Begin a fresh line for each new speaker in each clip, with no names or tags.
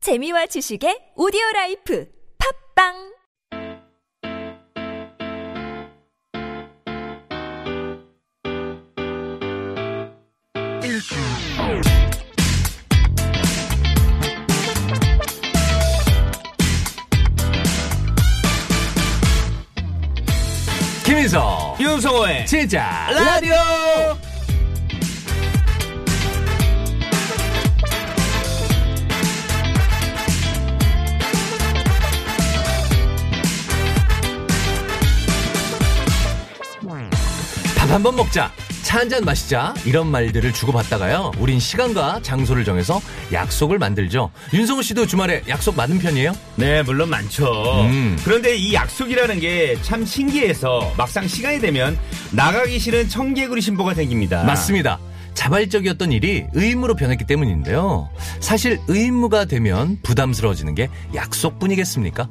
재미와 지식의 오디오 라이프 팝빵
김인석
윤성호의
제자
라디오
밥 한 번 먹자 차 한 잔 마시자 이런 말들을 주고받다가요 우린 시간과 장소를 정해서 약속을 만들죠 윤성우 씨도 주말에 약속 많은 편이에요?
네 물론 많죠
음.
그런데 이 약속이라는 게 참 신기해서 막상 시간이 되면 나가기 싫은 청개구리 신보가 생깁니다
맞습니다 자발적이었던 일이 의무로 변했기 때문인데요 사실 의무가 되면 부담스러워지는 게 약속뿐이겠습니까?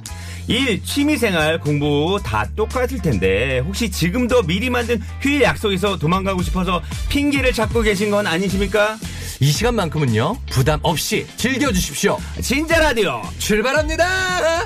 일 취미생활 공부 다 똑같을 텐데 혹시 지금도 미리 만든 휴일 약속에서 도망가고 싶어서 핑계를 잡고 계신 건 아니십니까
이 시간만큼은요 부담 없이 즐겨주십시오
진짜 라디오
출발합니다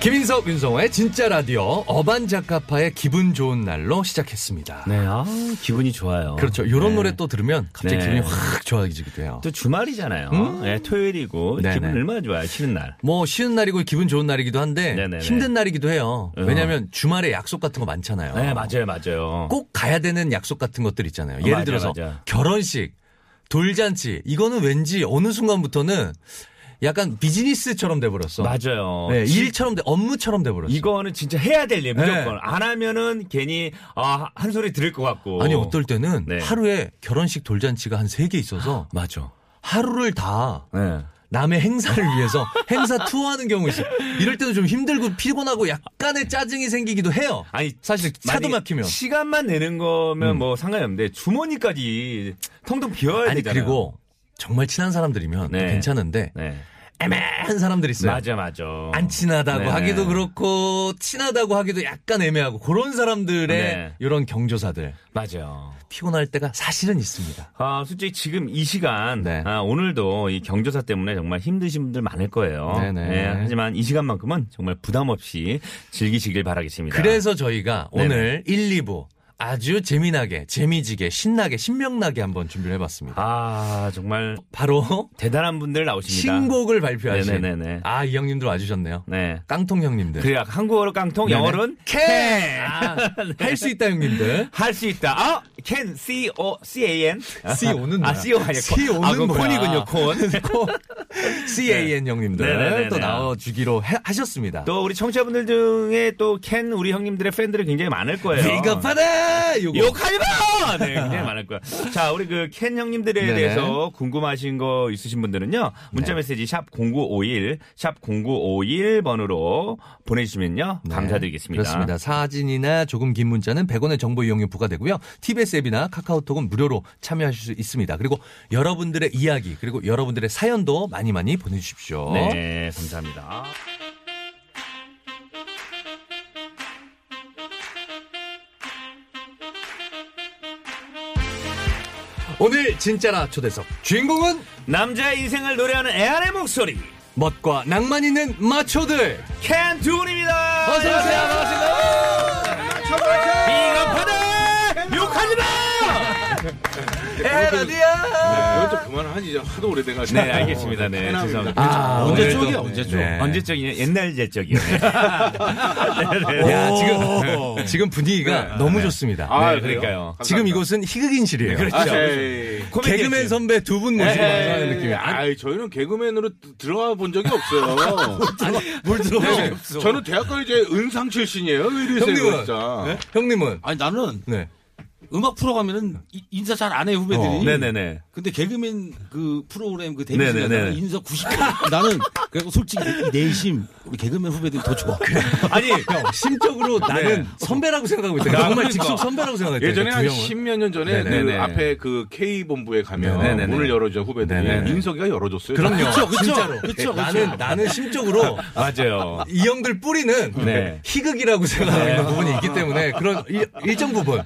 김인석 윤성호의 진짜 라디오 어반자카파의 기분 좋은 날로 시작했습니다
네 아, 기분이 좋아요
그렇죠 요런 노래 또 들으면 갑자기
네.
기분이 확 좋아지기도 해요
또 주말이잖아요 네, 토요일이고
네네.
기분 얼마나 좋아요 쉬는 날
뭐 쉬는 날이고 기분 좋은 날이기도 한데
네네네. 어.
힘든 날이기도 해요 왜냐하면 주말에 약속 같은 거 많잖아요
네, 맞아요, 맞아요.
꼭 가야 되는 약속 같은 것들 있잖아요. 예를
맞아,
들어서
맞아.
결혼식, 돌잔치 이거는 왠지 어느 순간부터는 약간 비즈니스처럼 돼버렸어.
맞아요.
네,
지-
일처럼 돼, 업무처럼 돼버렸어.
이거는 진짜 해야 될 일, 무조건.
그렇죠. 네.
안 하면은 괜히, 아, 한 소리 들을 것 같고.
아니 어떨 때는
네.
하루에 결혼식, 돌잔치가 한 세 개 있어서
맞아.
하루를 다
네.
남의 행사를 위해서 행사 투어하는 경우 있어. 이럴 때는 좀 힘들고 피곤하고 약간의 짜증이 생기기도 해요.
아니,
사실 차도
만약에
막히면. 음.
시간만 내는 거면 뭐 상관이 없는데, 주머니까지 텅텅 비워야
아니
되잖아요.
그리고 정말 친한 사람들이면 또
네.
괜찮은데
네.
애매한 사람들이 있어요.
맞아, 맞아.
네. 안 친하다고
네네.
하기도 그렇고 친하다고 하기도 약간 애매하고 그런 사람들의
네.
이런 경조사들
맞아요.
피곤할 때가 사실은 있습니다.
아, 솔직히 지금 이 시간,
네.
아, 오늘도 이 경조사 때문에 정말 힘드신 분들 많을 거예요.
네네.
하지만 이 시간만큼은 정말 부담 없이 즐기시길 바라겠습니다.
그래서 저희가
네네.
오늘 1, 2부 아주 재미나게 재미지게 신나게 신명나게 한번 준비를 해봤습니다.
아, 정말
바로
대단한 분들 나오십니다.
신곡을 발표하신
네네네네.
아 이 형님들 와주셨네요.
네.
깡통 형님들.
그래, 한국어로 깡통,
네네.
영어로는 네.
캔!
캔!
아, 할수 있다 형님들.
할 수 있다. 아, can, C, O, C, A, N.
CO는 뭐야?
아, C, O 아니야.
CO는
아, 그건
뭐야?
콘이군요, 콘.
꼭 CAN 형님들
네네네네.
또 나와주기로 해- 하셨습니다.
또 우리 청취자분들 중에 또 캔 우리 형님들의 팬들이 굉장히 많을 거예요.
비겁하다! 요거.
욕하지 마! 네, 굉장히 많을 거야. 자, 우리 그 켄 형님들에
네네.
대해서 궁금하신 거 있으신 분들은요. 문자
네.
메시지 샵 0951, 샵 0951번으로 보내주시면요.
네,
감사드리겠습니다.
그렇습니다. 사진이나 조금 긴 문자는 100원의 정보 이용료 부과되고요. TBS 앱이나 카카오톡은 무료로 참여하실 수 있습니다. 그리고 여러분들의 이야기 그리고 여러분들의 사연도 많이 많이 보내주십시오.
네, 감사합니다.
오늘 진짜라 초대석 주인공은
남자의 인생을 노래하는 애안의 목소리,
멋과 낭만 있는 마초들
켄 두분입니다!
어서 오세요.
네. 반갑습니다. 욕하지 마!
에라디아
네, 이건 좀 그만하지 이제 하도 오래돼가지고.
네, 알겠습니다. 네,
편합니다.
죄송합니다.
아,
언제
오늘도-
쪽이야, 언제 쪽?
네.
언제적이냐? 옛날 제적이요. 네,
야, 지금, 지금 분위기가 너무 좋습니다.
아,
네, 그러니까요.
감사합니다.
지금 이곳은 희극인실이에요.
아,
그렇죠.
에이.
개그맨 선배 두 분
네,
모시고 하는
에이.
느낌이에요. 안-
아이, 저희는 개그맨으로 드- 들어와 본 적이 없어요.
뭘 들어보신
네,
적이 없어.
저는 대학교 이제 은상 출신이에요. 왜 이러세요,
형님은? 네?
진짜.
형님은?
아니 나는
네.
음악 프로 가면은 이- 인사 잘 안 해 후배들이.
어.
네네네.
근데 개그맨 그 프로그램 그
네네네.
데뷔시간 나는 인사 90% 나는 그래서 솔직히 내심 우리 개그맨 후배들이 더 좋아.
아니
심적으로
네.
나는 선배라고 생각하고 있다. 정말
그러니까.
직속 선배라고 생각했다.
예전에 한
그러니까 두 형은.
십몇 년 전에
네네네.
그 앞에 그 K본부에 가면
네네네.
문을 열어줘 후배들이
네네네.
민석이가 열어줬어요.
그럼요.
그쵸, 그쵸.
진짜로.
그쵸,
예,
그쵸.
나는 나는 심적으로
맞아요.
이 형들 뿌리는
네.
희극이라고
네.
생각하는 부분이 있기 때문에 그런 일, 일정 부분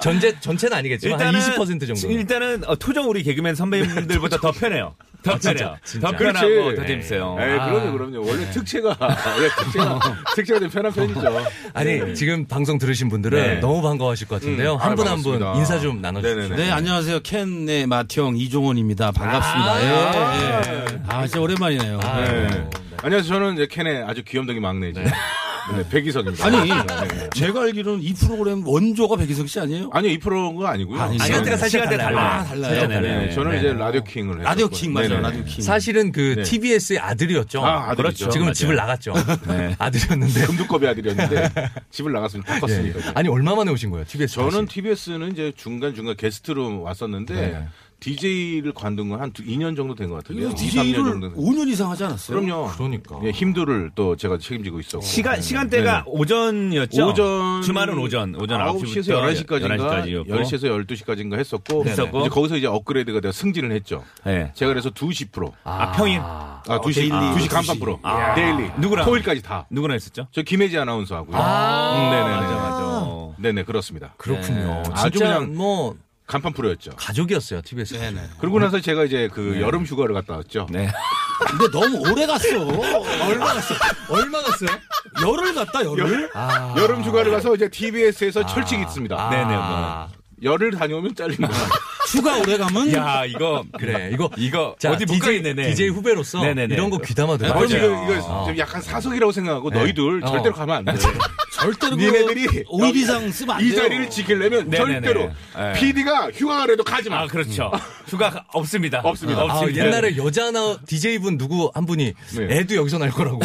전체 전체는 아니겠지만 한 20% 정도.
일단은 어, 토종 우리 개그맨 선배님들보다 더 편해요. 더 편해요.
진짜.
더
그렇지.
편하고 더
네.
재밌어요.
예, 그럼요, 그럼요. 원래
네.
특채가, 원래 특채가, 특채가 좀 편한 편이죠. 네.
아니 지금 방송 들으신 분들은
네.
너무 반가워하실 것 같은데요.
음.
한
아유,
분 한 분
반갑습니다.
인사 좀 나눠주세요.
네네네.
네, 안녕하세요. 캔의 마티형 이종원입니다. 반갑습니다. 아, 예, 예. 아 진짜 오랜만이네요.
아유,
네.
네.
안녕하세요. 저는 이제 켄의 아주 귀염둥이 막내죠. 네. 백이석입니다.
아니,
네.
제가 알기로는 이 프로그램 원조가 백희석 씨 아니에요?
아니요, 이 프로가 아니고요.
아니죠.
음. 시간대가 살짝
시간대
달라요. 그렇죠.
아, 달라요? 음.
네, 네,
네,
네.
네. 저는 이제 라디오 킹을 했어요.
라디오 킹 맞아요. 라디오 킹.
사실은 그
네.
TBS의 아들이었죠.
아, 아들이죠.
그렇죠. 지금
맞아요.
집을 나갔죠.
네.
아들이었는데.
금두꺼비 아들이었는데 집을 나갔으면 바꿨으니까.
네. 아니 얼마 만에 오신 거예요? TBS.
저는 TBS는 이제 중간중간 게스트로 왔었는데 DJ를 관둔 건 한 2년 정도 된 것 같아요.
이거
2, 3년
DJ를
정도. 된-
5년 이상 하지 않았어요?
그럼요.
그러니까.
예, 힘들을 또 제가 책임지고 네. 있어.
시간 시간대가 오전이었죠.
오전
주말은 오전 오전
9시에서
9시부터
11시까지인가
11시까지 였고.
10시에서 12시까지인가 했었고
했었고.
이제 거기서 이제 업그레이드가 돼서 승진을 했죠.
네.
제가 그래서 2시 프로. 아,
아, 평일
두 2시
데일리.
2시 간판 프로.
아.
데일리.
누구랑?
토요일까지 다.
누구나 했었죠?
저 김혜지 아나운서 하고요. 음,
아,
네네
맞아 맞아.
어. 네네 그렇습니다.
그렇군요.
아주
진짜
그냥-
뭐
간판 프로였죠.
가족이었어요. TBS. 가족.
네네.
그러고 나서 제가 이제 그 여름 휴가를 갔다 왔죠.
네.
근데 너무 오래 갔어. 얼마 갔어?
얼마 갔어요?
열흘 갔다 열흘?
아.
여름 휴가를 가서 이제 TBS에서 철칙이 있습니다.
아. 네네, 뭐.
열을 다녀오면 잘린다.
휴가 오래 가면
야 이거
그래 이거
이거 어디 못
DJ,
가겠네, 네.
DJ 후배로서
네네네.
이런 거 귀담아들어.
그럼
맞아요. 네.
이거, 이거 좀 약간 사석이라고 생각하고 너희들
어.
절대로 가면 안 돼.
절대로
니네들이
5일 이상 쓰면 안
이
돼요.
자리를 지키려면
네네네.
절대로
네.
PD가 휴가라도 가지 마.
아 그렇죠. 휴가 없습니다.
없습니다.
아,
예.
옛날에 여자 나 DJ 분 누구 한 분이
네.
애도 여기서 날 거라고.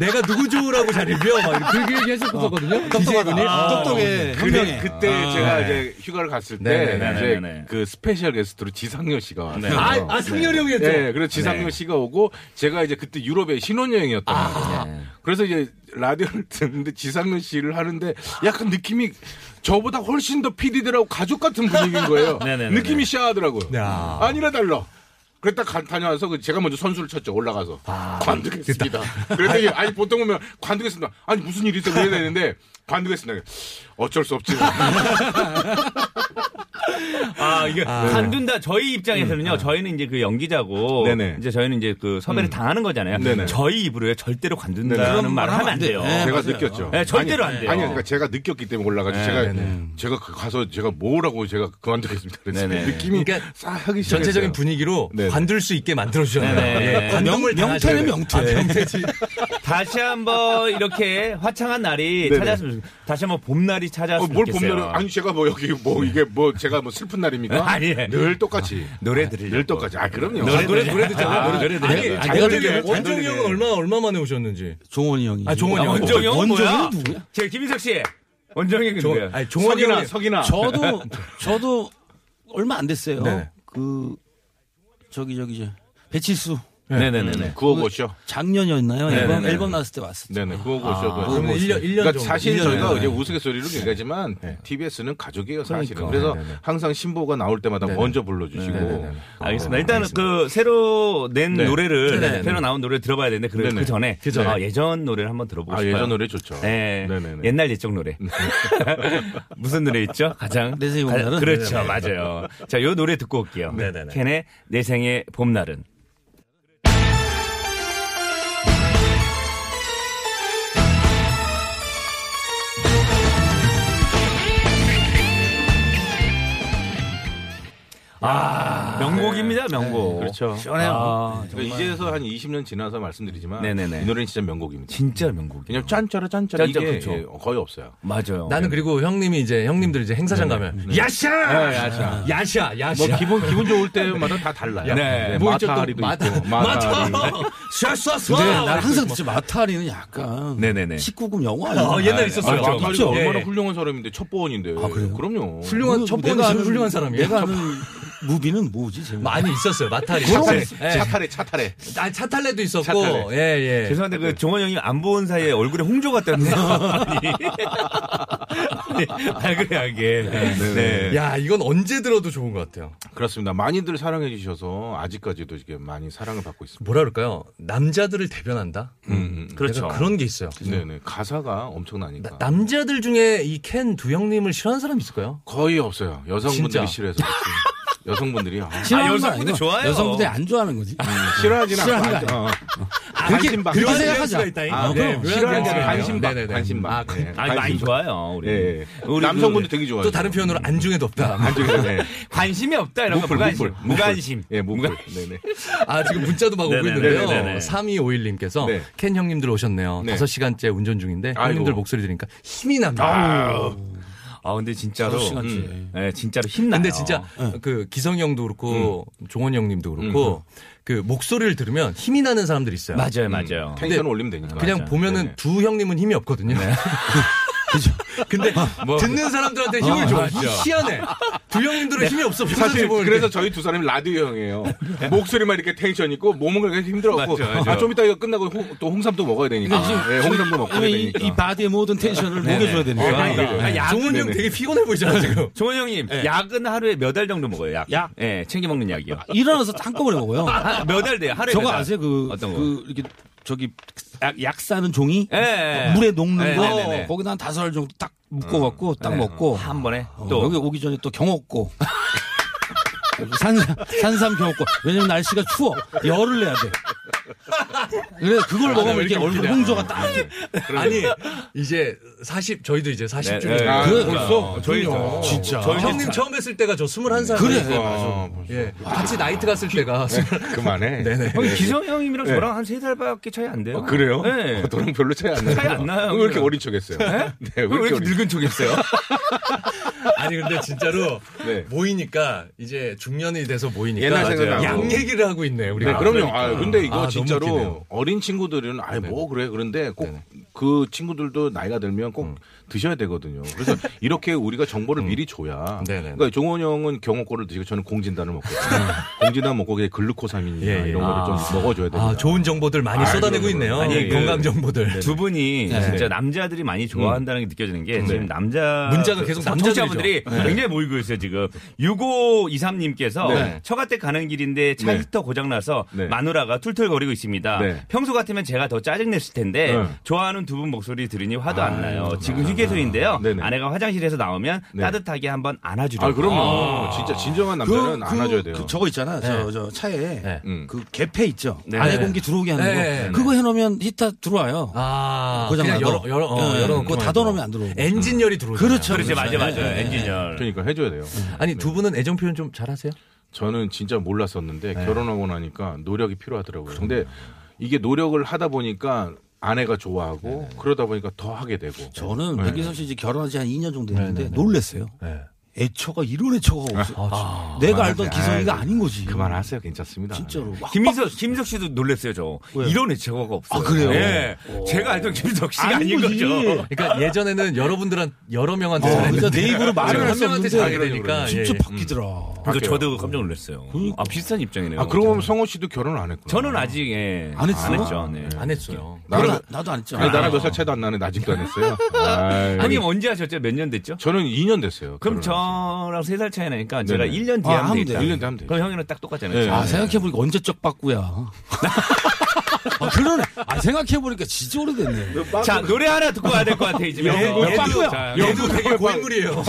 내가 누구죠라고 잘 리뷰어 막 그렇게 어. 아. 얘기하셨었거든요. DJ 분이
아, 똑똑해. 현명해.
근데 네. 그때 제가 이제 휴가를 갔을 때
아, 네. 네네네네.
이제 그 스페셜 게스트로 지상렬 씨가 왔어요.
네.
아, 아 상렬이 형이었죠.
네, 그래서 지상렬
네.
씨가 오고 제가 이제 그때 유럽에 신혼여행이었던
아.
거예요. 그래서 이제 라디오를 듣는데 지상렬 씨를 하는데 약간 느낌이 저보다 훨씬 더 PD들하고 가족 같은 분위기인 거예요.
네네네네.
느낌이 시아하더라고요.
야.
아니라 달라. 그랬다 가- 다녀와서 그 제가 먼저 선수를 쳤죠 올라가서
아.
관두겠습니다. 그랬더니 아니 보통 보면 관두겠습니다. 아니 무슨 일이 있어 그래야 되는데 관두겠습니다. 어쩔 수 없지.
아, 이게 간둔다 저희 입장에서는요. 저희는 이제 그 연기자고
네네.
이제 저희는 이제 그 섭외를 당하는 거잖아요.
네네.
저희 입으로요. 절대로 간둔다는
그런
말을 하면 안
안
돼요.
돼요. 네,
제가
맞아요.
느꼈죠.
네, 절대로
아니,
안 돼요.
아니, 그러니까 제가 느꼈기 때문에 올라가죠. 제가 제가 그 가서 제가 뭐라고 제가 그만두겠습니다. 그랬어요.
네네.
느낌이
그러니까
싸하기 시작했어요.
전체적인 분위기로
그렇죠. 네네.
관둘 수 있게 만들어 주셨네요.
네네.
예,
명,
관동을 당하셔야
명태는
돼요. 아,
명태.
다시 한번 이렇게 화창한 날이
네네.
찾아왔으면 좋겠어요. 다시 한번 봄날이
어,
찾아왔으면
뭘
좋겠어요.
봄날은 아니 제가 뭐 여기 뭐 이게 뭐 제가 뭐 슬픈 날입니까?
아니.
늘 똑같이
노래 들으려고.
늘 똑같이. 아 그럼요.
노래
아, 노래 노래 듣잖아.
아,
노래
노래
아니,
들으려고.
아니, 내가
잘
되게
들리네.
원종이 형은 얼마 얼마 만에 오셨는지.
종원이 형이.
아, 종원이
아,
형.
원정이 형은 뭐야?
원정이는 누구야?
제 김인석 씨. 원정이 형이
종,
누구야?
아니, 종원이
석이나
형이
석이나.
저도 저도 얼마 안 됐어요.
네.
그 저기 저기 저 배칠수
음.
네네네네.
구호고쇼.
작년이었나요?
네,
앨범
네, 네.
앨범 나왔을 때 왔었죠.
네네 구호고쇼도.
그러면 1년 1년
그러니까
정도.
사실
일 년에.
저희가 이제 우스갯소리로 얘기하지만 TBS는 가족이에요 사실은.
그러니까.
그래서 항상 신보가 나올 때마다 먼저 불러주시고.
아, 알겠습니다. 일단은 그 새로 낸
어. 네.
노래를
네네네.
새로 나온 노래를 들어봐야 되는데 그,
네네.
그 전에
그 전에.
어, 예전 노래를 한번 들어보고
아
싶어요.
예전 노래 좋죠.
네.
네네네.
옛날 예적 노래. 무슨 노래 있죠? 가장
내 생의 봄날은?
가- 그렇죠, 맞아요. 자, 요 노래 듣고 올게요.
네네네.
캔의 내 생의 봄날은. 아, 명곡입니다, 명곡.
그렇죠.
시원해요.
아, 그러니까 이제서 한 20년 지나서 말씀드리지만
네네네.
이 노래는 진짜 명곡입니다.
진짜 명곡.
그냥 짠짜라
짠짜라,
짠짜라 이게
그쵸.
예, 거의 없어요.
맞아요. 네.
나는 그리고 형님이 이제 형님들 이제 행사장 가면
그
야샤!
아,
네, 야샤.
야샤!
뭐
야샤!
기분 기분 좋을 때마다 다 달라요.
네.
예,
뭐 이제 또
마타리도 네.
마타-
있고
마타!
마타리.
샤샤샤!
근데 난 항상 듣지 마타리는 약간
네네네.
19금 영화 아니야?
어, 옛날에 있었어요.
아, 마타리가
있죠?
얼마나
예.
훌륭한 사람인데 첩보원인데.
그래요?
그럼요.
훌륭한 첫 번째
아는-
훌륭한 사람이에요. 아,
내가 아는 무비는 뭐지 재미?
많이 있었어요. 마타리.
차타래,
네.
예.
차타래, 차타래.
아, 차탈레도 있었고.
차탈레.
예, 예.
죄송한데 그 종원 형님 안 본 사이에 얼굴에 홍조 같다면서. 아니. 발그레하게. 네.
야, 이건 언제 들어도 좋은 것 같아요.
그렇습니다. 많이들 사랑해 주셔서 아직까지도 이게 많이 사랑을 받고 있습니다.
뭐라 그럴까요? 남자들을 대변한다?
음, 음.
그렇죠. 아. 그런 게 있어요.
네네. 가사가 엄청나니까.
나- 남자들 중에 이 켄 두 형님을 싫어하는 사람 있을까요?
거의 없어요. 여성분들이
진짜.
싫어해서. 그렇지. 여성분들이. 아,
싫어하는 거
여성분들
아니고
좋아요.
여성분들 안 좋아하는 거지.
싫어하진
싫어하는
않고. 어, 어.
그렇게-
관심박.
그렇게
관심박.
생각하지 않-
있다잉.
아,
어,
그럼.
그럼.
싫어하는 게
관심박.
아니라 관심박.
네네네.
관심박.
아, 관-
네,
아니, 많이
관심박.
좋아요, 우리.
예, 예.
우리
남성분들 되게 좋아해요.
또 다른 표현으로 안중에도 없다.
안쪽에서, 네.
그 관심이 없다, 이런
무풀,
거.
무풀.
무관심.
무풀.
무관심.
예, 무관. 네네.
아, 지금 문자도 막 오고
네네,
있는데요.
네네, 네네.
3251님께서
네.
켄 형님들 오셨네요.
네.
다섯 시간째 운전 중인데 형님들
아이고.
목소리 들으니까 힘이 납니다.
아, 근데 진짜로.
여섯 시간째.
음. 네, 진짜로 힘나요.
근데 진짜
아. 네.
그 기성 형도 그렇고
음.
종원 형님도 그렇고 그 목소리를 들으면 힘이 나는 사람들이 있어요.
맞아요, 맞아요.
텐션 올리면 되니까.
그냥
맞아.
보면은
네네. 네.
두 형님은 힘이 없거든요. 그죠? 근데
뭐,
듣는 사람들한테 힘을 줘. 희한해. 두 형님들은 힘이 없어.
어, 네. 사실
보는데.
그래서 저희 두 사람이 라디오 형이에요. 목소리만 이렇게 텐션 있고 몸은 그렇게 힘들었고
맞죠, 맞죠.
아 좀 이따 이거 끝나고 홍- 또 홍삼도 먹어야 되니까. 예, 홍삼도 먹고 해야
아, 이, 이
되니까.
바디의 모든 텐션을 녹여줘야 되니까.
아,
네.
야,
종훈이 형 되게 피곤해 보이잖아 지금.
종원 형님, 약은 하루에 몇 알 정도 먹어요, 약?
약?
예, 챙겨 먹는 약이요.
일어나서 한꺼번에 먹어요.
몇 알 돼요, 하루에.
저거
몇 알?
아세요? 그,
네, 어떤 거?
그 이렇게 저기 약, 약 싸는 종이
예, 예.
물에 녹는
예,
거
네, 네, 네.
거기다 한 다섯 알 정도 딱 묶어갖고 딱 먹고
한 번에
어,
또
여기 오기 전에 또 경옥고 산삼, 산삼 경옥고 왜냐면 날씨가 추워 열을 내야 돼 그래 그걸 먹으면
왜
이렇게
이렇게
얼굴
웃기냐.
홍조가 딱 이렇게.
아니 이제 40 저희도 이제 40 중에
네, 네.
아,
그래.
그러니까.
벌써
저희
진짜
어, 형님 처음 뵀을 때가 저 21살.
그래.
아, 벌써.
예. 같이 나이트 갔을 때가.
네. 그만해.
네네.
형이 기성 형님이랑
네.
저랑 한 세 달밖에 차이 안 돼요.
아, 그래요?
네.
어, 너랑 별로 차이 안 나요.
차이 안 나요,
왜 이렇게
그냥.
어린 척했어요? 네,
왜
왜
이렇게
어린-
늙은 척했어요?
아니 근데 진짜로
네.
모이니까 이제 중년이 돼서 모이니까
옛날 생각나고.
양 얘기를 하고 있네
네,
우리가.
그럼요. 아, 근데 이거
아, 너무
진짜로
웃기네요.
어린 친구들은 아예 뭐 그래 그런데 꼭 그 친구들도 나이가 들면 꼭
음.
드셔야 되거든요. 그래서 이렇게 우리가 정보를 미리 줘야.
네네네. 음.
그러니까 종원 형은 경호코를 드시고 저는 공진단을 먹고 있어요. 공진단 먹고 그냥 글루코사민이나
예, 예.
이런 거를 좀 먹어줘야 됩니다.
아, 좋은 정보들 네. 많이 쏟아내고 있네요.
아니,
이
그-
건강 정보들.
두 분이 진짜 남자들이 많이 좋아한다는 게 느껴지는 게 지금 남자
문자가 계속
청취자분들이 굉장히 모이고 있어요 지금 6523님께서
네.
처가 댁 가는 길인데 차
네.
히터 고장나서
네.
마누라가 툴툴거리고 있습니다
네.
평소 같으면 제가 더 짜증냈을 텐데
네.
좋아하는 두 분 목소리 들으니 화도 안 나요 지금 휴게소인데요
네네.
아내가 화장실에서 나오면
네.
따뜻하게 한번 안아주려고
아, 그럼요. 진짜 진정한 남자는 안아줘야 돼요. 네.
그 저거 있잖아. 저, 저 차에
음.
그 개폐 있죠.
네.
안에 공기 들어오게 하는 거.
네.
그거 해놓으면 히터 들어와요.
아,
고장
그냥
나도.
열어 열어 어,
네,
열어놓고
그거 닫아놓으면 안 들어오고.
엔진 열이 들어오죠.
그렇죠.
그렇지 맞아 맞아
네, 네,
엔지니어
그러니까 해줘야 돼요.
아니 두 분은 애정 표현 좀 잘하세요?
저는 진짜 몰랐었는데
네.
결혼하고 나니까 노력이 필요하더라고요. 근데 이게 노력을 하다 보니까 아내가 좋아하고 그러다 보니까 더 하게 되고.
그렇죠.
저는
네.
백인선 씨 이제 결혼한 지 한 2년 정도 됐는데 놀랬어요. 애처가 이런 애처가 없어. 아, 내가 알던 기성이가 아닌 거지.
그만하세요. 괜찮습니다.
진짜로. 막
김민석, 김민석 씨도 놀랐어요, 저.
왜요?
이런 애착화가 없어요.
아, 그래요?
예. 제가 알던 김민석 씨가 아닌 거죠.
그러니까 예전에는 여러분들한 여러 명한테
어,
잘했는데
그러니까 내 입으로 말을
지금
할
한
수
명한테
없는데 아,
잘하게 되니까
진짜
예, 예.
바뀌더라.
그러니까 저도 깜짝 놀랐어요. 아, 비슷한 입장이네요.
아, 그러고 보면 성호 씨도 결혼을 안 했구나.
저는 아직, 예.
안 했어요?
네.
안 했어요.
나는-
나는,
그러니까
나도 안 했잖아.
아니, 나랑 몇 살 차이도 안 나는데 아직도 안 했어요. 아이,
형님 언제 하셨죠? 몇 년 됐죠?
저는 2년 됐어요.
그럼
결혼한
저랑 세 살 차이 나니까 제가
네네.
1년 뒤에
아,
하면
하면 네.
되겠다.
돼요.
지. 1년 돼 하면 돼요.
그럼 형이랑 딱 똑같잖아요.
아, 생각해보니까 언제적 바꾸야. 아, 그러네. 아, 생각해보니까 진짜 오래됐네.
자, 노래 하나 듣고 가야 될 것 같아, 이제.
영국
예.
빵꾸야.
자,
얘도 되게 고인물이에요.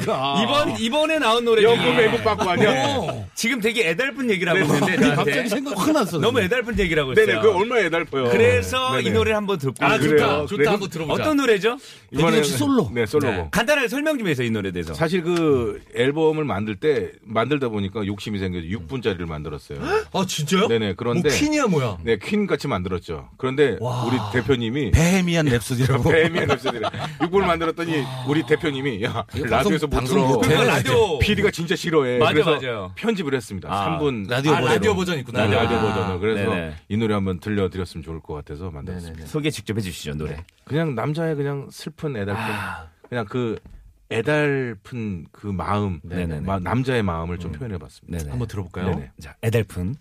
이번, 이번에 나온 노래.
영국
중에 뭐,
외국 바꾸 아니야?
네.
어,
지금 되게 애달픈 얘기라고 했는데,
그러니까
저한테.
갑자기 생각 확 났어.
너무 애달픈 얘기라고 했어요.
네네, 그 얼마 애달퍼요.
그래서
네네.
이 노래를 한번 듣고.
아,
그래요.
좋다.
좋다.
그래서
한번 들어보자.
어떤 노래죠? 예.
이번에는-
백인혁 씨 솔로.
네, 솔로고.
간단하게 설명 좀 해서 이 노래에 대해서.
사실 그 앨범을 만들 때 만들다 보니까 욕심이 생겨서 6분짜리를 만들었어요.
아, 진짜요?
네네, 그런데-
뭐 퀸이야, 뭐야.
네, 퀸 같이 만들었죠. 그런데 우리 대표님이
베헤미안 랩소디라고.
배미안 랩소디를 6분을 만들었더니 우리 대표님이 야 라디오에서 못
방송
들어.
못해.
그거 라디오.
PD가 진짜 싫어해.
맞아,
그래서
맞아요.
편집을 했습니다.
아,
3분 네,
라디오
아,
버전.
라디오 버전 있구나.
라디오,
아,
라디오 버전을 그래서
네네.
이 노래 한번 들려드렸으면 좋을 것 같아서 만들었습니다.
네, 소개 직접 해주시죠, 노래.
그냥 남자의 그냥 슬픈 애달픈 그냥 그 애달픈 그 마음
네네네.
마- 남자의 마음을 좀 표현해봤습니다.
네네.
한번 들어볼까요?
네네.
자, 애달픈.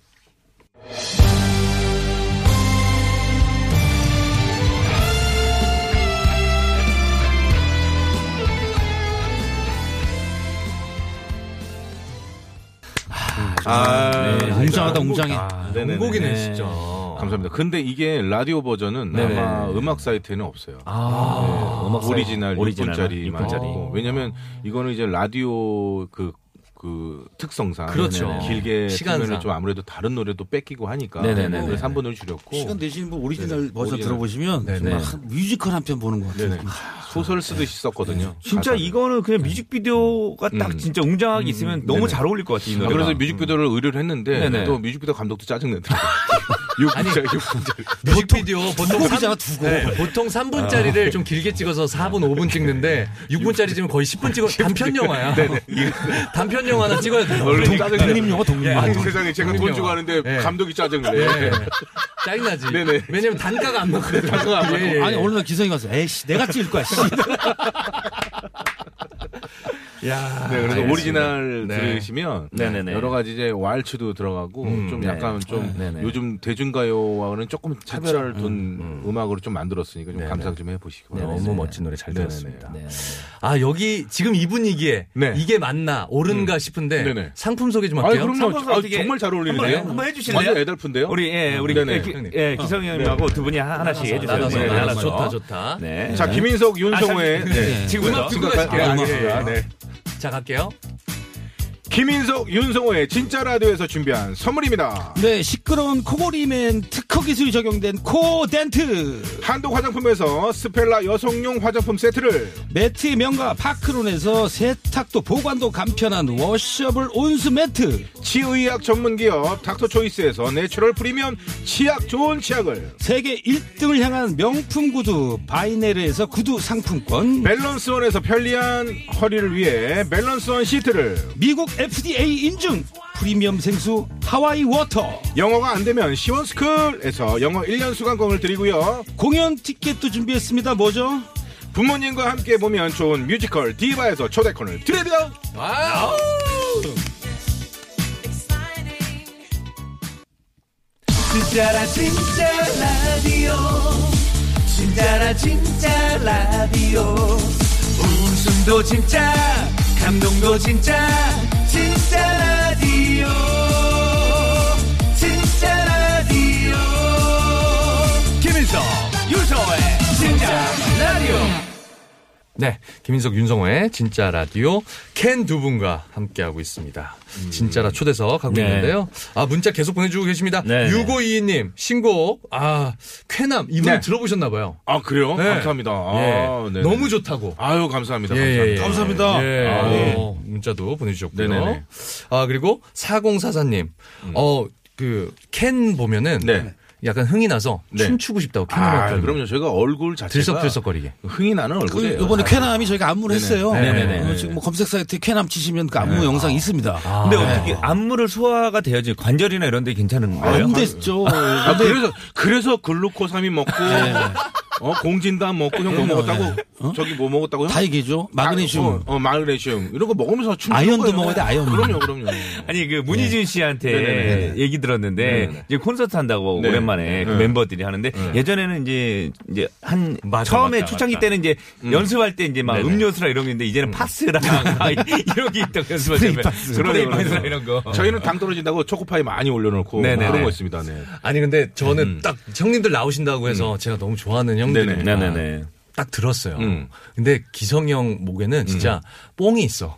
아,
네, 웅장하다, 웅장해.
네네네.
명곡이네, 진짜.
감사합니다. 근데 이게 라디오 버전은 아마 음악 사이트에는 없어요.
네.
아, 음악 사이트.
오리지널
오리지널
6분짜리만
육분짜리.
있고 왜냐면 이거는 이제 라디오 그, 그 특성상
그렇죠.
네네. 길게
시간상.
시간을 좀 아무래도 다른 노래도 뺏기고 하니까
네네네네.
그래서 3분을 줄였고
시간 되시는 분 오리지널 버전
네, 오리지널. 네,
들어보시면 정말 한 뮤지컬 한 편 보는 것 같아요. 음.
네네. 소설 쓰듯이 썼거든요.
진짜
가사를.
이거는 그냥 뮤직비디오가 딱 진짜 웅장하게 있으면 너무 잘 어울릴 것 같아요. 이
아,
노래가.
그래서 뮤직비디오를 의뢰를 했는데
음. 네네.
또 뮤직비디오 감독도 짜증내더라고요. 6분짜리, 6분짜리.
뮤직비디오 보통 삼-
곡이잖아, 두 곡.
네, 보통 3분짜리를 좀 길게 찍어서 4분, 5분 찍는데 6분짜리 지금 거의 10분 찍어 단편 영화야. 단편 영화 하나 찍어야 돼요.
얼른 짜증내.
독립영화, 독립영화.
아니, 세상에 제가 돈 주고 하는데
네.
감독이 짜증내.
예. 짜증나지.
네네.
왜냐면 단가가 안 맞거든. 예, 예.
어, 아니 오늘 날 기성이 가서 에이씨 내가 찍을 거야. 씨.
야.
네, 그래서 오리지널
네.
들으시면
네네네. 음, 네.
여러 가지 이제 왈츠도 들어가고 좀 약간 좀
네네.
요즘 대중가요와는 조금 차별화를 둔 음. 악으로좀 만들었으니까 좀 감상 좀 해보시기
네,
바랍니다.
너무 멋진 노래 잘
네네네.
들었습니다. 네.
아, 여기 지금 이 분위기에
네. 음.
이게 맞나, 옳은가 싶은데
네네.
상품 소개 좀
아니,
할게요.
그럼요.
상관없이
아,
어떻게-
정말 잘 어울리는데요?
한번, 한번 해주실래요?
완전 애달픈데요?
우리 예, 우리
네네.
예, 기- 예, 기성이 형님하고 두 분이 하- 하나씩 해주세요.
나눠서,
네,
나눠서.
나눠서.
좋다, 좋다.
네.
자, 김인석, 윤성호의 네.
지금 음악 아, 예,
듣고
네,
가실게요.
알겠습니다. 네.
자, 갈게요.
김인석, 윤성호의 진짜 라디오에서 준비한 선물입니다.
네 시끄러운 코골이맨 특허 기술이 적용된 코덴트
한독 화장품에서 스펠라 여성용 화장품 세트를
매트의 명가 파크론에서 세탁도 보관도 간편한 워셔블 온수 매트
치의학 전문기업 닥터초이스에서 내추럴 프리미엄 치약 좋은 치약을
세계 1등을 향한 명품 구두 바이네르에서 구두 상품권
밸런스원에서 편리한 허리를 위해 밸런스원 시트를
미국 FDA 인증 프리미엄 생수 하와이 워터
영어가 안 되면 시원스쿨에서 영어 1년 수강권을 드리고요.
공연 티켓도 준비했습니다 뭐죠?
부모님과 함께 보면 좋은 뮤지컬 디바에서 초대권을 드려요. 아,
와우!
진짜라 진짜 라디오 진짜라 진짜 라디오 웃음도 진짜 감동도 진짜 진짜 라디오 진짜 라디오 김인석 유서의 진짜 라디오
네, 김인석 윤성호의 진짜 라디오 캔 두 분과 함께하고 있습니다.
음.
진짜라 초대석 하고
네.
있는데요. 아 문자 계속 보내주고 계십니다.
네.
6522님 신곡 아 쾌남 이분
네.
들어보셨나봐요.
아 그래요?
네.
감사합니다. 아,
예.
네네.
너무 좋다고.
아유 감사합니다.
예,
감사합니다.
예, 예.
아, 네.
어, 문자도 보내주셨고요.
네네네. 음.
아 그리고 4044님 어, 어그캔 보면은
네.
약간 흥이 나서
네.
춤추고 싶다고 캔을
아,
아,
그럼요. 저희가 얼굴 자체가
들썩들썩거리게. 그,
흥이 나는 얼굴이에요.
그
아,
이번에 쾌남이 저희가 안무를 했어요.
네네네.
어, 지금 뭐 검색 사이트에 쾌남 치시면 그 안무 영상 있습니다.
근데 어떻게 안무를 소화가 돼야지 관절이나 이런 데 괜찮은 거예요?
안 됐죠.
아, 그래서 그래서 글루코삼이 먹고 어, 공진단 먹고 형 뭐 먹었다고 저기 뭐 먹었다고요?
다 얘기해줘. 마그네슘.
아, 어, 어, 마그네슘. 이런 거 먹으면서 춤.
아연도 먹어야 돼, 아연.
그럼요, 그럼요.
아니 그 문희준 씨한테
네네네네.
얘기 들었는데
네네네.
이제 콘서트 한다고
네.
오랜만에 그
네.
멤버들이 하는데 예전에는 이제 이제 한
맞아,
처음에
맞다,
초창기
맞다.
때는 이제 연습할 때 이제 막 음료수라 이런 게 있는데 이제는 파스랑 막 이런 게 있다고 연습할 때 스프레이 파스라 이런 거.
저희는 당 떨어진다고 초코파이 많이 올려놓고
네네네.
그런 거 있습니다. 네.
아니 근데 저는 딱 형님들 나오신다고 해서 제가 너무 좋아하는 형들이
네네. 네네네.
딱 들었어요.
음.
근데 기성이 형 목에는 진짜 뽕이 있어.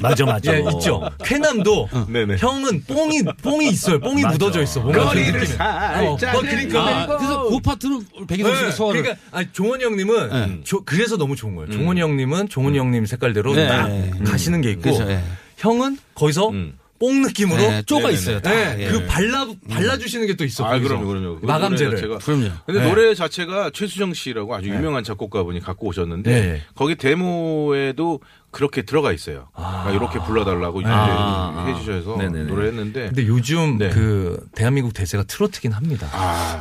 맞아, 맞아.
예,
네,
있죠. 쾌남도
네네.
형은 뽕이 뽕이 있어요. 뽕이 묻어져 있어. 뭔가 그
머리를
느낌이.
살짝
어, 그러니까
그래서 그 파트는 백인호 씨가
네,
소화를.
그러니까 아니, 종원이 형님은 음. 조- 그래서 너무 좋은 거예요. 종원이 형님은 종원이 형님 색깔대로
네,
딱
네,
가시는 게 있고
그렇죠, 네.
형은 거기서 뽕 느낌으로
네, 쪼가 있어요. 다.
네,
예.
그 발라 발라 주시는 게 또 있어.
아,
거기서.
그럼요, 그럼요. 그
마감제를.
노래 자체가.
그럼요.
근데 노래 자체가 최수정 씨라고 아주 유명한 작곡가분이 갖고 오셨는데
네.
거기 데모에도 그렇게 들어가 있어요. 그러니까 이렇게 불러달라고 해주셔서
네네네.
노래했는데
근데 요즘
네.
그 대한민국 대세가 트로트긴 합니다.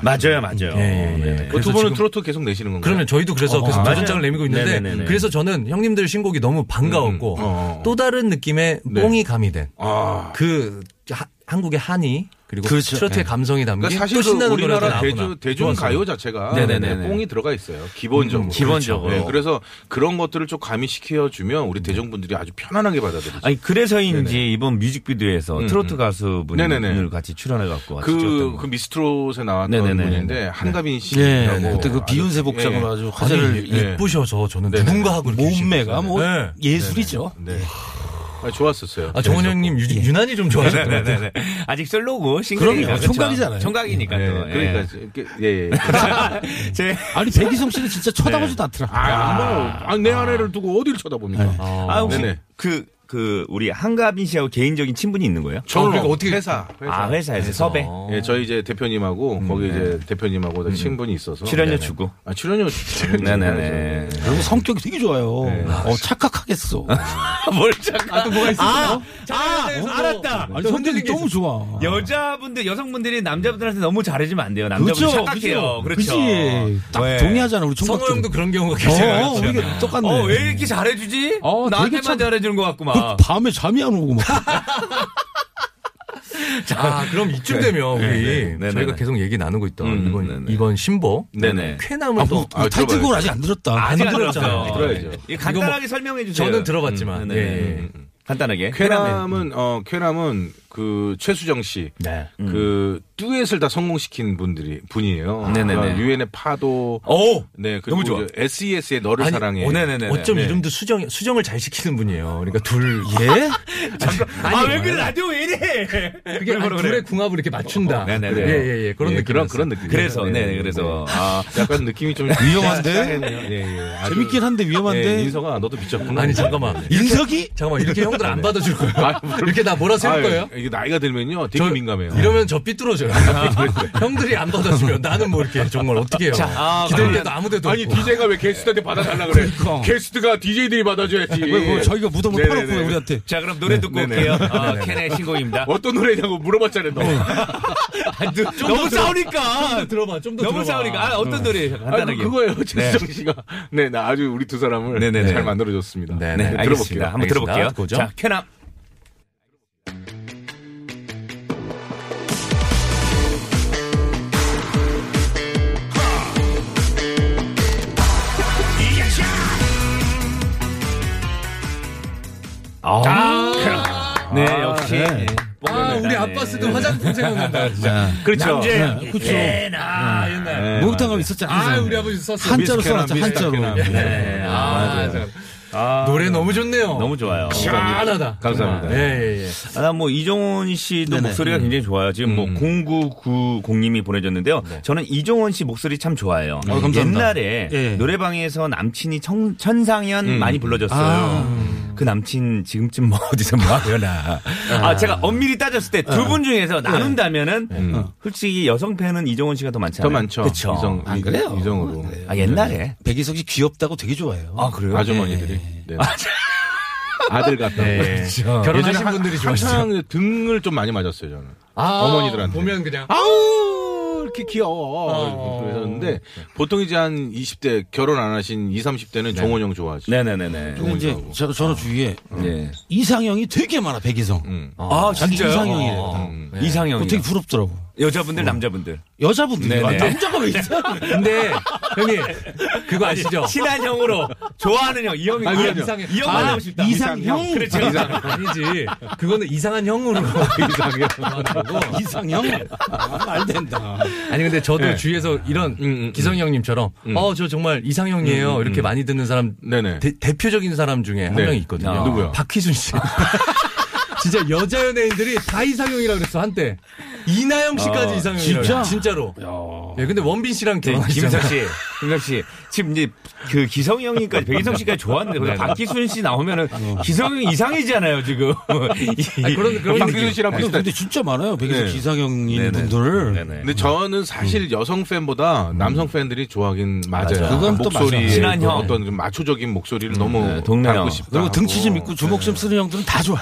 맞아요, 맞아요.
예, 예.
네네.
어,
그래서
두 분은
지금-
트로트 계속 내시는 건가요?
그러면 저희도 그래서 계속
맞아요.
도전장을 내밀고 있는데
네네네네.
그래서 저는 형님들 신곡이 너무 반가웠고
음, 음. 어, 어.
또 다른 느낌의
네.
뽕이 가미된
아,
그 하- 한국의 한이 그리고
그렇죠.
트로트의 감성이 담긴
그러니까 사실
또
그
신나는 노래가
우리나라
나오구나.
대중 대중
좋았어요.
가요 자체가
네네네네.
뽕이 들어가 있어요. 기본적으로.
기본적으로.
그렇죠. 네, 그래서 그런 것들을 좀 가미시켜 주면 우리 대중분들이 아주 편안하게 받아들이죠.
아니 그래서인지 이번 뮤직비디오에서
음,
트로트
음.
가수분을
네네네.
같이 출연해 갖고 같이
그,
찍었던
그 미스트롯에 나왔던
네네네.
분인데 한가빈
예,
씨라고
그때 그
아주-
비욘세 복장으로
예.
아주
아니,
화제를.
네.
이쁘셔서 저는
네네.
누군가 하고 이렇게
몸매가
계시거든요.
뭐
네.
예술이죠.
네. 아, 좋았었어요.
아 정원 형님 유- 유난히 좀 좋아하셨더라고요.
네네네. 아직 솔로고 싱글이니까
그럼요. 총각이잖아요.
총각이니까
예,
또. 예.
그러니까 이렇게 예. 예.
제
아니, 백이성 씨는 진짜 쳐다보지도 않더라.
아, 뭐, 아, 내 아내를 두고 어디를 쳐다봅니까?
아, 혹시
어, 네네.
그, 그, 우리 한가빈 씨하고 개인적인 친분이 있는 거예요?
저는
그러니까 어떻게-
회사, 회사.
아, 회사에서 섭외.
예, 저희 이제 대표님하고 거기 이제 대표님하고 친분이 있어서
출연료
네네.
주고.
아, 출연료 주고.
네네네.
그리고 성격이 되게 좋아요. 어, 착각하겠어.
뭘 잠깐.
아, 알았다.
아니, 성격이 너무 좋아.
여자분들, 여성분들이 남자분들한테 너무 잘해주면 안 돼요. 남자분들
그죠,
착각해요. 그렇죠.
그치. 딱
네.
동의하잖아, 우리 총각.
성호 형도 그런 경우가 계세요.
어, 우리가 똑같네.
어, 왜 이렇게 아. 잘해주지?
어,
나한테만
되게 참-
잘해주는 것 같구만.
그 다음에 잠이 안 오고 막.
아, 그럼 이쯤 되면 우리
네, 네,
저희가
네.
계속 얘기 나누고 있던
음,
이번
네, 네.
이번 신보
네네.
쾌남을
아,
또
뭐,
아,
타이틀곡을 아직 안 들었다.
아직 안
들었잖아요.
들었어요.
들어야죠.
예, 간단하게 설명해 주세요.
저는 들어봤지만
음, 네네.
예, 예.
간단하게.
쾌남은 어 쾌남은 그 최수정 씨.
네.
그 듀엣을 다 성공시킨 분들이 분이에요. 그러니까
네네네.
유엔의 파도.
오!
네, 그리고
너무 좋아.
이제 SES의 너를
아니,
사랑해.
오, 네네네.
어쩜
네.
이름도 수정 수정을 잘 시키는 분이에요. 그러니까 둘 예?
아, 왜 그래? 라디오 왜 이래? 어,
그게 아니, 둘의 궁합을 이렇게 맞춘다.
네네네.
예예예 그런
예,
느낌
그런 그런 느낌.
그래서, 네, 그래서. 아,
약간 느낌이 좀
위험한데?
네, 예, 아주-
재밌긴 한데 위험한데.
예, 인성아 너도 미쳤구나.
네.
아니 잠깐만 잠깐만
인석이?
이렇게 형들 안 받아줄 거예요? 이렇게 나 몰아 세울
아유,
거예요?
이게 나이가 들면요, 되게 민감해요.
이러면 저 삐뚤어져요. 형들이 안 받아주면 나는 뭐 이렇게 정말 어떻게 해요?
아,
기댈 때도 아무데도
아니
없고.
DJ가 왜 게스트한테 받아달라 네. 그래? 게스트가 DJ들이 그러니까. 받아줘야지.
왜, 뭐 저희가 무덤을 파놓고 우리한테.
자, 그럼 노래 듣고 올게요. 아, 캔의 신곡입니다.
어떤 노래냐고 물어봤잖아요. 너.
아, 너무 싸우니까.
들어봐 좀 더
너무 싸우니까. 아, 어떤 노래?
아,
간단하게.
그거예요. 최수정 씨가 네, 나 아주 우리 두 사람을
네네네.
잘 만들어줬습니다.
네,
네,
네,
알겠습니다.
들어볼게요.
한번
알겠습니다.
들어볼게요.
듣고 오죠.
자, 쾌남. 아, 네, 역시. 네.
아 우리 아빠 쓰던 화장품 생각난다.
그렇죠.
네, 그쵸.
아 옛날.
목욕탕 가면 있었잖아.
아 우리 아버지 썼어.
네. 한자로 써놨죠,
미스케나,
한자로.
미스케나.
네, 아,
아, 아, 노래 너무 좋네요.
너무 좋아요.
시원하다.
감사합니다.
예, 예, 예.
아, 나뭐 이종원 씨도
네네. 음.
목소리가 굉장히 좋아요. 지금 뭐 0990님이 보내줬는데요. 저는 이종원 씨 목소리 참 좋아요.
네. 감사합니다.
옛날에
예. 음.
노래방에서 남친이 청, 천상현 많이 불러줬어요.
아.
그 남친 지금쯤 뭐 어디서 뭐 하려나. 아, 제가 엄밀히 따졌을 때
아.
두 분 중에서
네.
나눈다면은
음.
솔직히 여성 팬은 이종원 씨가 더 많잖아요.
더 많죠.
네. 그쵸.
이성,
안
이-
그래요?
이성으로.
아, 옛날에.
백이석 씨 귀엽다고 되게 네. 좋아해요.
아, 그래요?
아주머니들이. 네. 아들 같다고.
예. 결혼하신 분들이 좋아하시죠.
항상 등을 좀 많이 맞았어요, 저는.
아,
어머니들한테.
보면 그냥
아우! 이렇게 귀여워? 그러셨는데 보통 이제 한 20대 결혼 안 하신 20, 30대는 종원형 좋아하지.
네네네네.
근데 이제
좋아하고.
저, 저는 주위에
예.
이상형이 되게 많아 백이성.
음.
아 진짜 네. 이상형이래. 요
어,
어,
이상형.
되게 부럽더라고. 어.
여자분들, 남자분들.
여자분들
네네.
남자가 왜 있어?
근데 형님 그거 아시죠?
친한 형으로 좋아하는 형, 이 형이.
아,
그
이상형.
이
아,
형만 하고 싶다.
이상형.
그렇죠.
아니지. 그거는 이상한 형으로 이상형.
이상형 아, 안 된다.
아니 근데 저도 주위에서 이런 기성 형님처럼 어 저 정말 이상형이에요 이렇게 많이 듣는 사람
네네.
대, 대표적인 사람 중에 한
네.
명이 있거든요.
아. 누구요?
박희순 씨. 진짜 여자 연예인들이 다 이상형이라 그랬어 한때 이나영 씨까지 이상형이라
진짜?
그랬어 진짜로. 예, 근데 원빈 씨랑
네, 김석
결혼하셨잖아요.
씨, 김석 씨, 지금 이제 그 기성 형님까지 백인성 씨까지 좋았는데 그다음에 박기순 씨 나오면은 기성 형 이상해지잖아요 지금. 이-
아니, 그런 그런
박기순 씨랑
아니,
비슷한.
근데 진짜 많아요 백이성
네.
이상형인
네네.
분들.
네네.
근데 저는 사실 여성 팬보다 남성 팬들이 좋아하긴 맞아요.
맞아. 그건 또
목소리의
맞아.
친한
그
형.
어떤 좀 마초적인 목소리를 너무
네, 동네형.
닮고 싶다. 어.
그리고 등치 좀
하고.
있고 주먹
네.
좀 쓰는 형들은 다 좋아.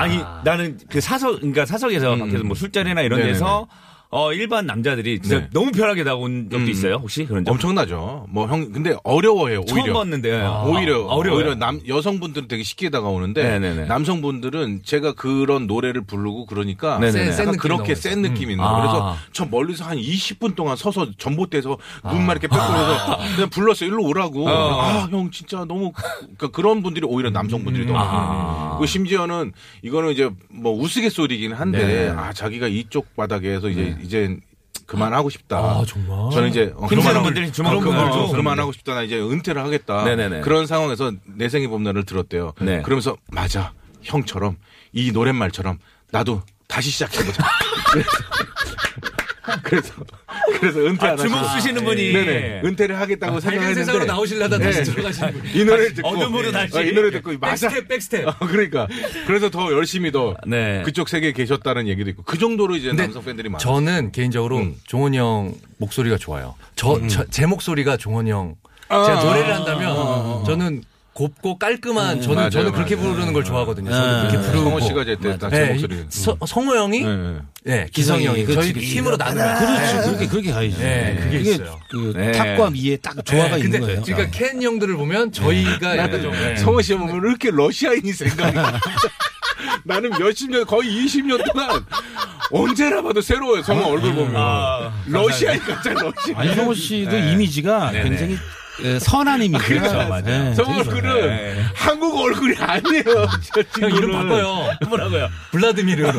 아니 나는 그 사석 그러니까 사석에서 밖에서 뭐 술자리나 이런
네네네.
데서 어 일반 남자들이 진짜
네.
너무 편하게 나온 적도 있어요 혹시 그런 적?
엄청나죠. 뭐 형 근데 어려워해요.
처음
오히려.
봤는데 아,
오히려
어려워요.
오히려 남 여성분들은 되게 쉽게 다가오는데
네네네.
남성분들은 제가 그런 노래를 부르고 그러니까
네네네.
약간
센 느낌이
그렇게
나오죠.
센 느낌이 나.
아. 아.
요 그래서 저 멀리서 한 20분 동안 서서 전봇대에서 눈만 이렇게 뺏고서 그냥 불렀어요. 일로 오라고. 아 형 진짜 너무 그러니까 그런 분들이 오히려 남성분들이
음.
너무
아.
그리고 심지어는 이거는 이제 뭐 우스갯소리긴 한데
네.
아 자기가 이쪽 바닥에서 이제 이제 그만하고 싶다.
아, 정말?
저는 이제 어,
힘쓰는
그만하고-
분들이 주먹을
그런 분들
쥐고.
좀 그만하고 싶다. 나 이제 은퇴를 하겠다.
네네네.
그런 상황에서 내생의 봄날을 들었대요.
네.
그러면서 맞아 형처럼 이 노랫말처럼 나도 다시 시작해보자. 그래서 그래서 은퇴
아,
안
주먹
하시고.
쓰시는 분이
네네 은퇴를 하겠다고
예. 아, 밝은
생각했는데
세상으로 나오실라다 다시 들어가시는 분.
이 노래를 듣고
어둠으로 다시.
어, 이 노래 듣고 맞아
백스텝 백스텝.
어, 그러니까 그래서 더 열심히 더
네.
그쪽 세계에 계셨다는 얘기도 있고 그 정도로 이제 남성 팬들이 많아요.
저는 개인적으로 종원이 형 목소리가 좋아요. 저, 저- 제 목소리가 종원이 형. 제가 노래를 한다면 저는 곱고 깔끔한 저는
맞아요,
저는 그렇게
맞아요.
부르는 걸 좋아하거든요. 저는 그렇게 부르고
성호 씨가 제때 딱제
네,
목소리.
서- 성호 형이
네, 네.
네, 기성이 형이
그치,
저희
그치.
팀으로 나누면
아,
아.
그렇지 그렇게 그렇게 가야지.
네, 그게 있어요.
그
네.
탑과 미의 딱 조화가
네,
있는
근데
거예요. 아.
그러니까 켄 형들을 보면 저희가 약간 좀 네.
성호 씨 보면 왜 이렇게 러시아인이 생각이 나. 나는 몇십 년 거의 20년 동안 언제나 봐도 새로워요 성호
아,
얼굴 보면 러시아인 같아 러시아
안성호 씨도
네.
이미지가 굉장히 에,
아,
선한 이미지. 그렇죠, 맞아요.
네,
성호 얼굴은 한국 얼굴이 아니에요 저
음. 형 이름
친구는.
바꿔요. 뭐라고요? 블라드미르로.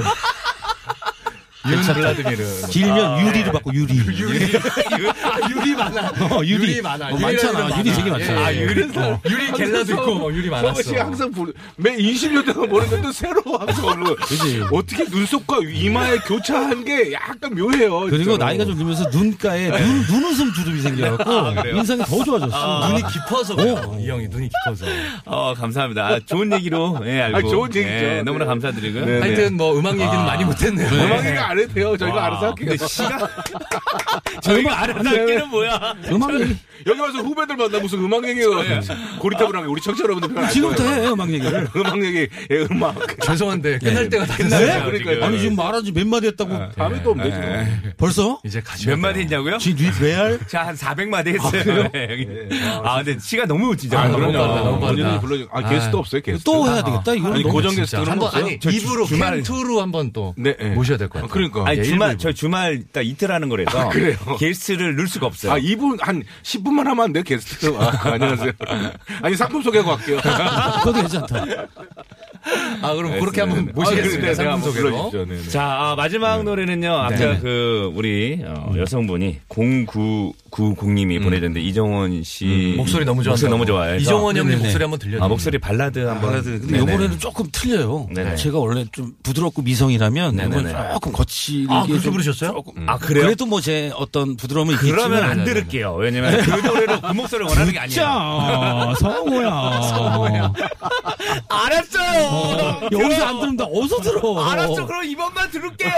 윤 블라드미르.
길면 유리로 바꿔 유리.
그- 아, 네. 유리. 아, 유리 많아.
어, 유리.
유리 많아.
어,
유리라는
많잖아.
이름
유리
많아.
되게 많잖아.
예, 예.
그래서
유리 겔라도 있고 뭐 유리 많았어.
성호 씨 항상 부르, 매 20년 동안 보는데 또 새로워 항상 얼굴 어떻게 눈썹과 이마의 교차한 게 약간 묘해요
그리고
진짜로.
나이가 좀 들면서 눈가에
네.
눈, 눈웃음 주름이 생겨갖고 인상이 더 좋아졌어.
아, 눈이 깊어서 그래요. 이 형이 눈이 깊어서.
어 감사합니다. 아, 좋은 얘기로 예 알고.
아, 좋은 얘기죠.
예, 너무나
네.
감사드리고요.
네.
하여튼 뭐 음악 얘기는 많이 못했네요.
음악 얘기 안 해도 돼요 저희가
와,
알아서 할게요
근데 시간 저희가 아름답기는 뭐야?
음악 얘기.
여기 와서 후배들 만나 무슨 음악 얘기가 고리타분하게 우리 청취자 여러분들 별로 안
지금부터
좋아해요.
해, 음악 얘기를.
음악 얘기 예, 음악
아, 죄송한데 끝날 때가 다
네?
됐나요?
그러니까요.
아니, 지금 말한 지 몇 마디 했다고.
아,
다음에 또 오면 되지 뭐.
예.
벌써?
이제 가시면
몇 마디 했냐고요?
지금 네 레알?
자, 한 400마디 했어요. 예, 여기. 아, 근데 시간 너무 진짜.
아, 너무
그럼요.
빠르다, 너무 빠르다.
언제든지 불러주. 아 게스트 없어요
예.
게스트.
또 해야 되겠다, 이거.
아니 고정 게스트
진짜
그런 거
한번
없어요?
아니 입으로
주말에-
캔투로 한번 또
네, 네.
모셔야 될 것
아,
같아요.
그러니까.
아니,
예,
주말,
일부,
저 주말 딱 이틀 하는 거라서.
그래요?
게스트를 넣을 수가 없어요.
아 이분 한 10분만 하면 안 돼요 게스트. 아, 안녕하세요. 아니 상품 소개하고 갈게요.
그것도 괜찮다.
아 그럼 그렇게 한번
네,
모시겠습니다. 상품 소개로.
자, 아, 마지막 노래는요. 아까
네.
그, 우리, 어, 여성분이 0990님이 보내줬는데, 이정원 씨.
목소리 너무 좋아.
음. 목소리 너무 좋아요.
이정원 형님
네네네.
목소리 한번 들려주세요.
아, 목소리 발라드 한 번. 네,
근데 요번에는 조금 틀려요.
네네.
제가 원래 좀 부드럽고 미성이라면
네네네.
요번에 조금 거칠게.
아, 그렇게
좀
부르셨어요?
조금.
아, 그래요?
그래도 뭐 제 어떤 부드러움이
그러면
있겠지만
안 들을게요. 왜냐면 그 노래로 그 목소리를 원하는 게 아니에요.
진짜 성호야.
알았어요.
여기서 안 들으면 나 어디서 들어?
알았어. 그럼 이번만 들을게요.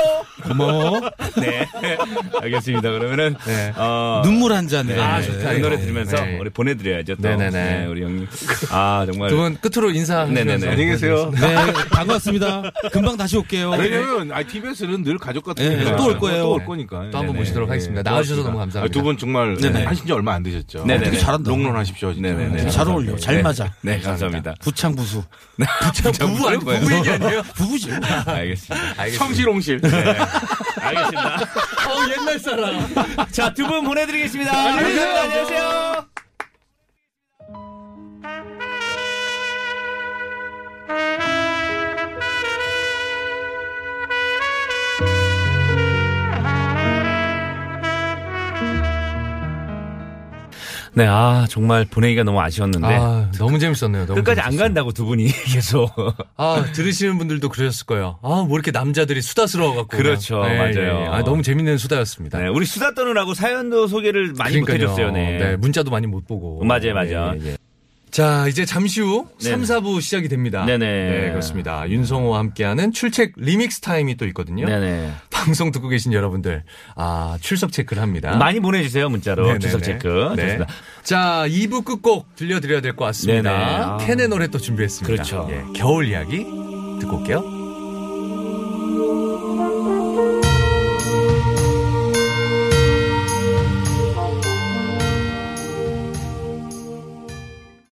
고마워.
네. 알겠습니다. 그러면은 어,
눈물 물 한 잔.
아,
네.
좋다. 이 노래 들으면서
네.
우리 보내드려야죠. 또.
네네네.
네, 우리 형님. 아, 정말.
두 분 끝으로 인사.
네네네. 안녕히
계세요.
네, 반갑습니다. 금방 다시 올게요.
왜냐면 아, TBS는 늘 가족 같은
예,
데잖아요.
또올 거예요.
또올 거니까.
또 한번
네네. 아,
모시도록 하겠습니다. 나와주셔서 너무 감사합니다.
아,
두 분 정말
네네.
하신 지 얼마 안 되셨죠?
네네네. 되게
잘한다.
롱런 하십시오. 진짜.
네네네.
잘 어울려. 잘
네.
맞아.
네, 감사합니다.
부창부수.
부부 아니 부부 얘기 아니에요?
부부지.
알겠습니다. 네.
성실옹실.
알겠습니다.
어, 옛날 사람.
자, 두 분 보내드리겠습니다. 안녕히 계세요. 안녕하세요. 네, 아, 정말 보내기가 너무 아쉬웠는데.
아, 너무 재밌었네요. 너무
네. 끝까지 안
재밌었어요.
간다고 두 분이 계속.
아, 들으시는 분들도 그러셨을 거예요. 아, 뭐 이렇게 남자들이 수다스러워갖고.
그렇죠,
그냥.
맞아요.
아, 너무 재밌는 수다였습니다.
네, 우리 수다 떠느라고 사연도 소개를 많이
그러니까요.
못해줬어요. 네.
문자도 많이 못 보고.
맞아요, 맞아요.
예, 예, 예. 자, 이제 잠시 후
네.
3, 4부 시작이 됩니다.
네네.
네, 그렇습니다. 윤성호와 함께하는 출첵 리믹스 타임이 또 있거든요.
네네.
방송 듣고 계신 여러분들, 아, 출석 체크를 합니다.
많이 보내주세요 문자로
네네네.
주석 체크.
네.
좋습니다.
자, 2부 끝곡 들려드려야 될 것 같습니다.
네네. 아.
캔의 노래 또 준비했습니다.
그렇죠.
예, 겨울 이야기 듣고 올게요.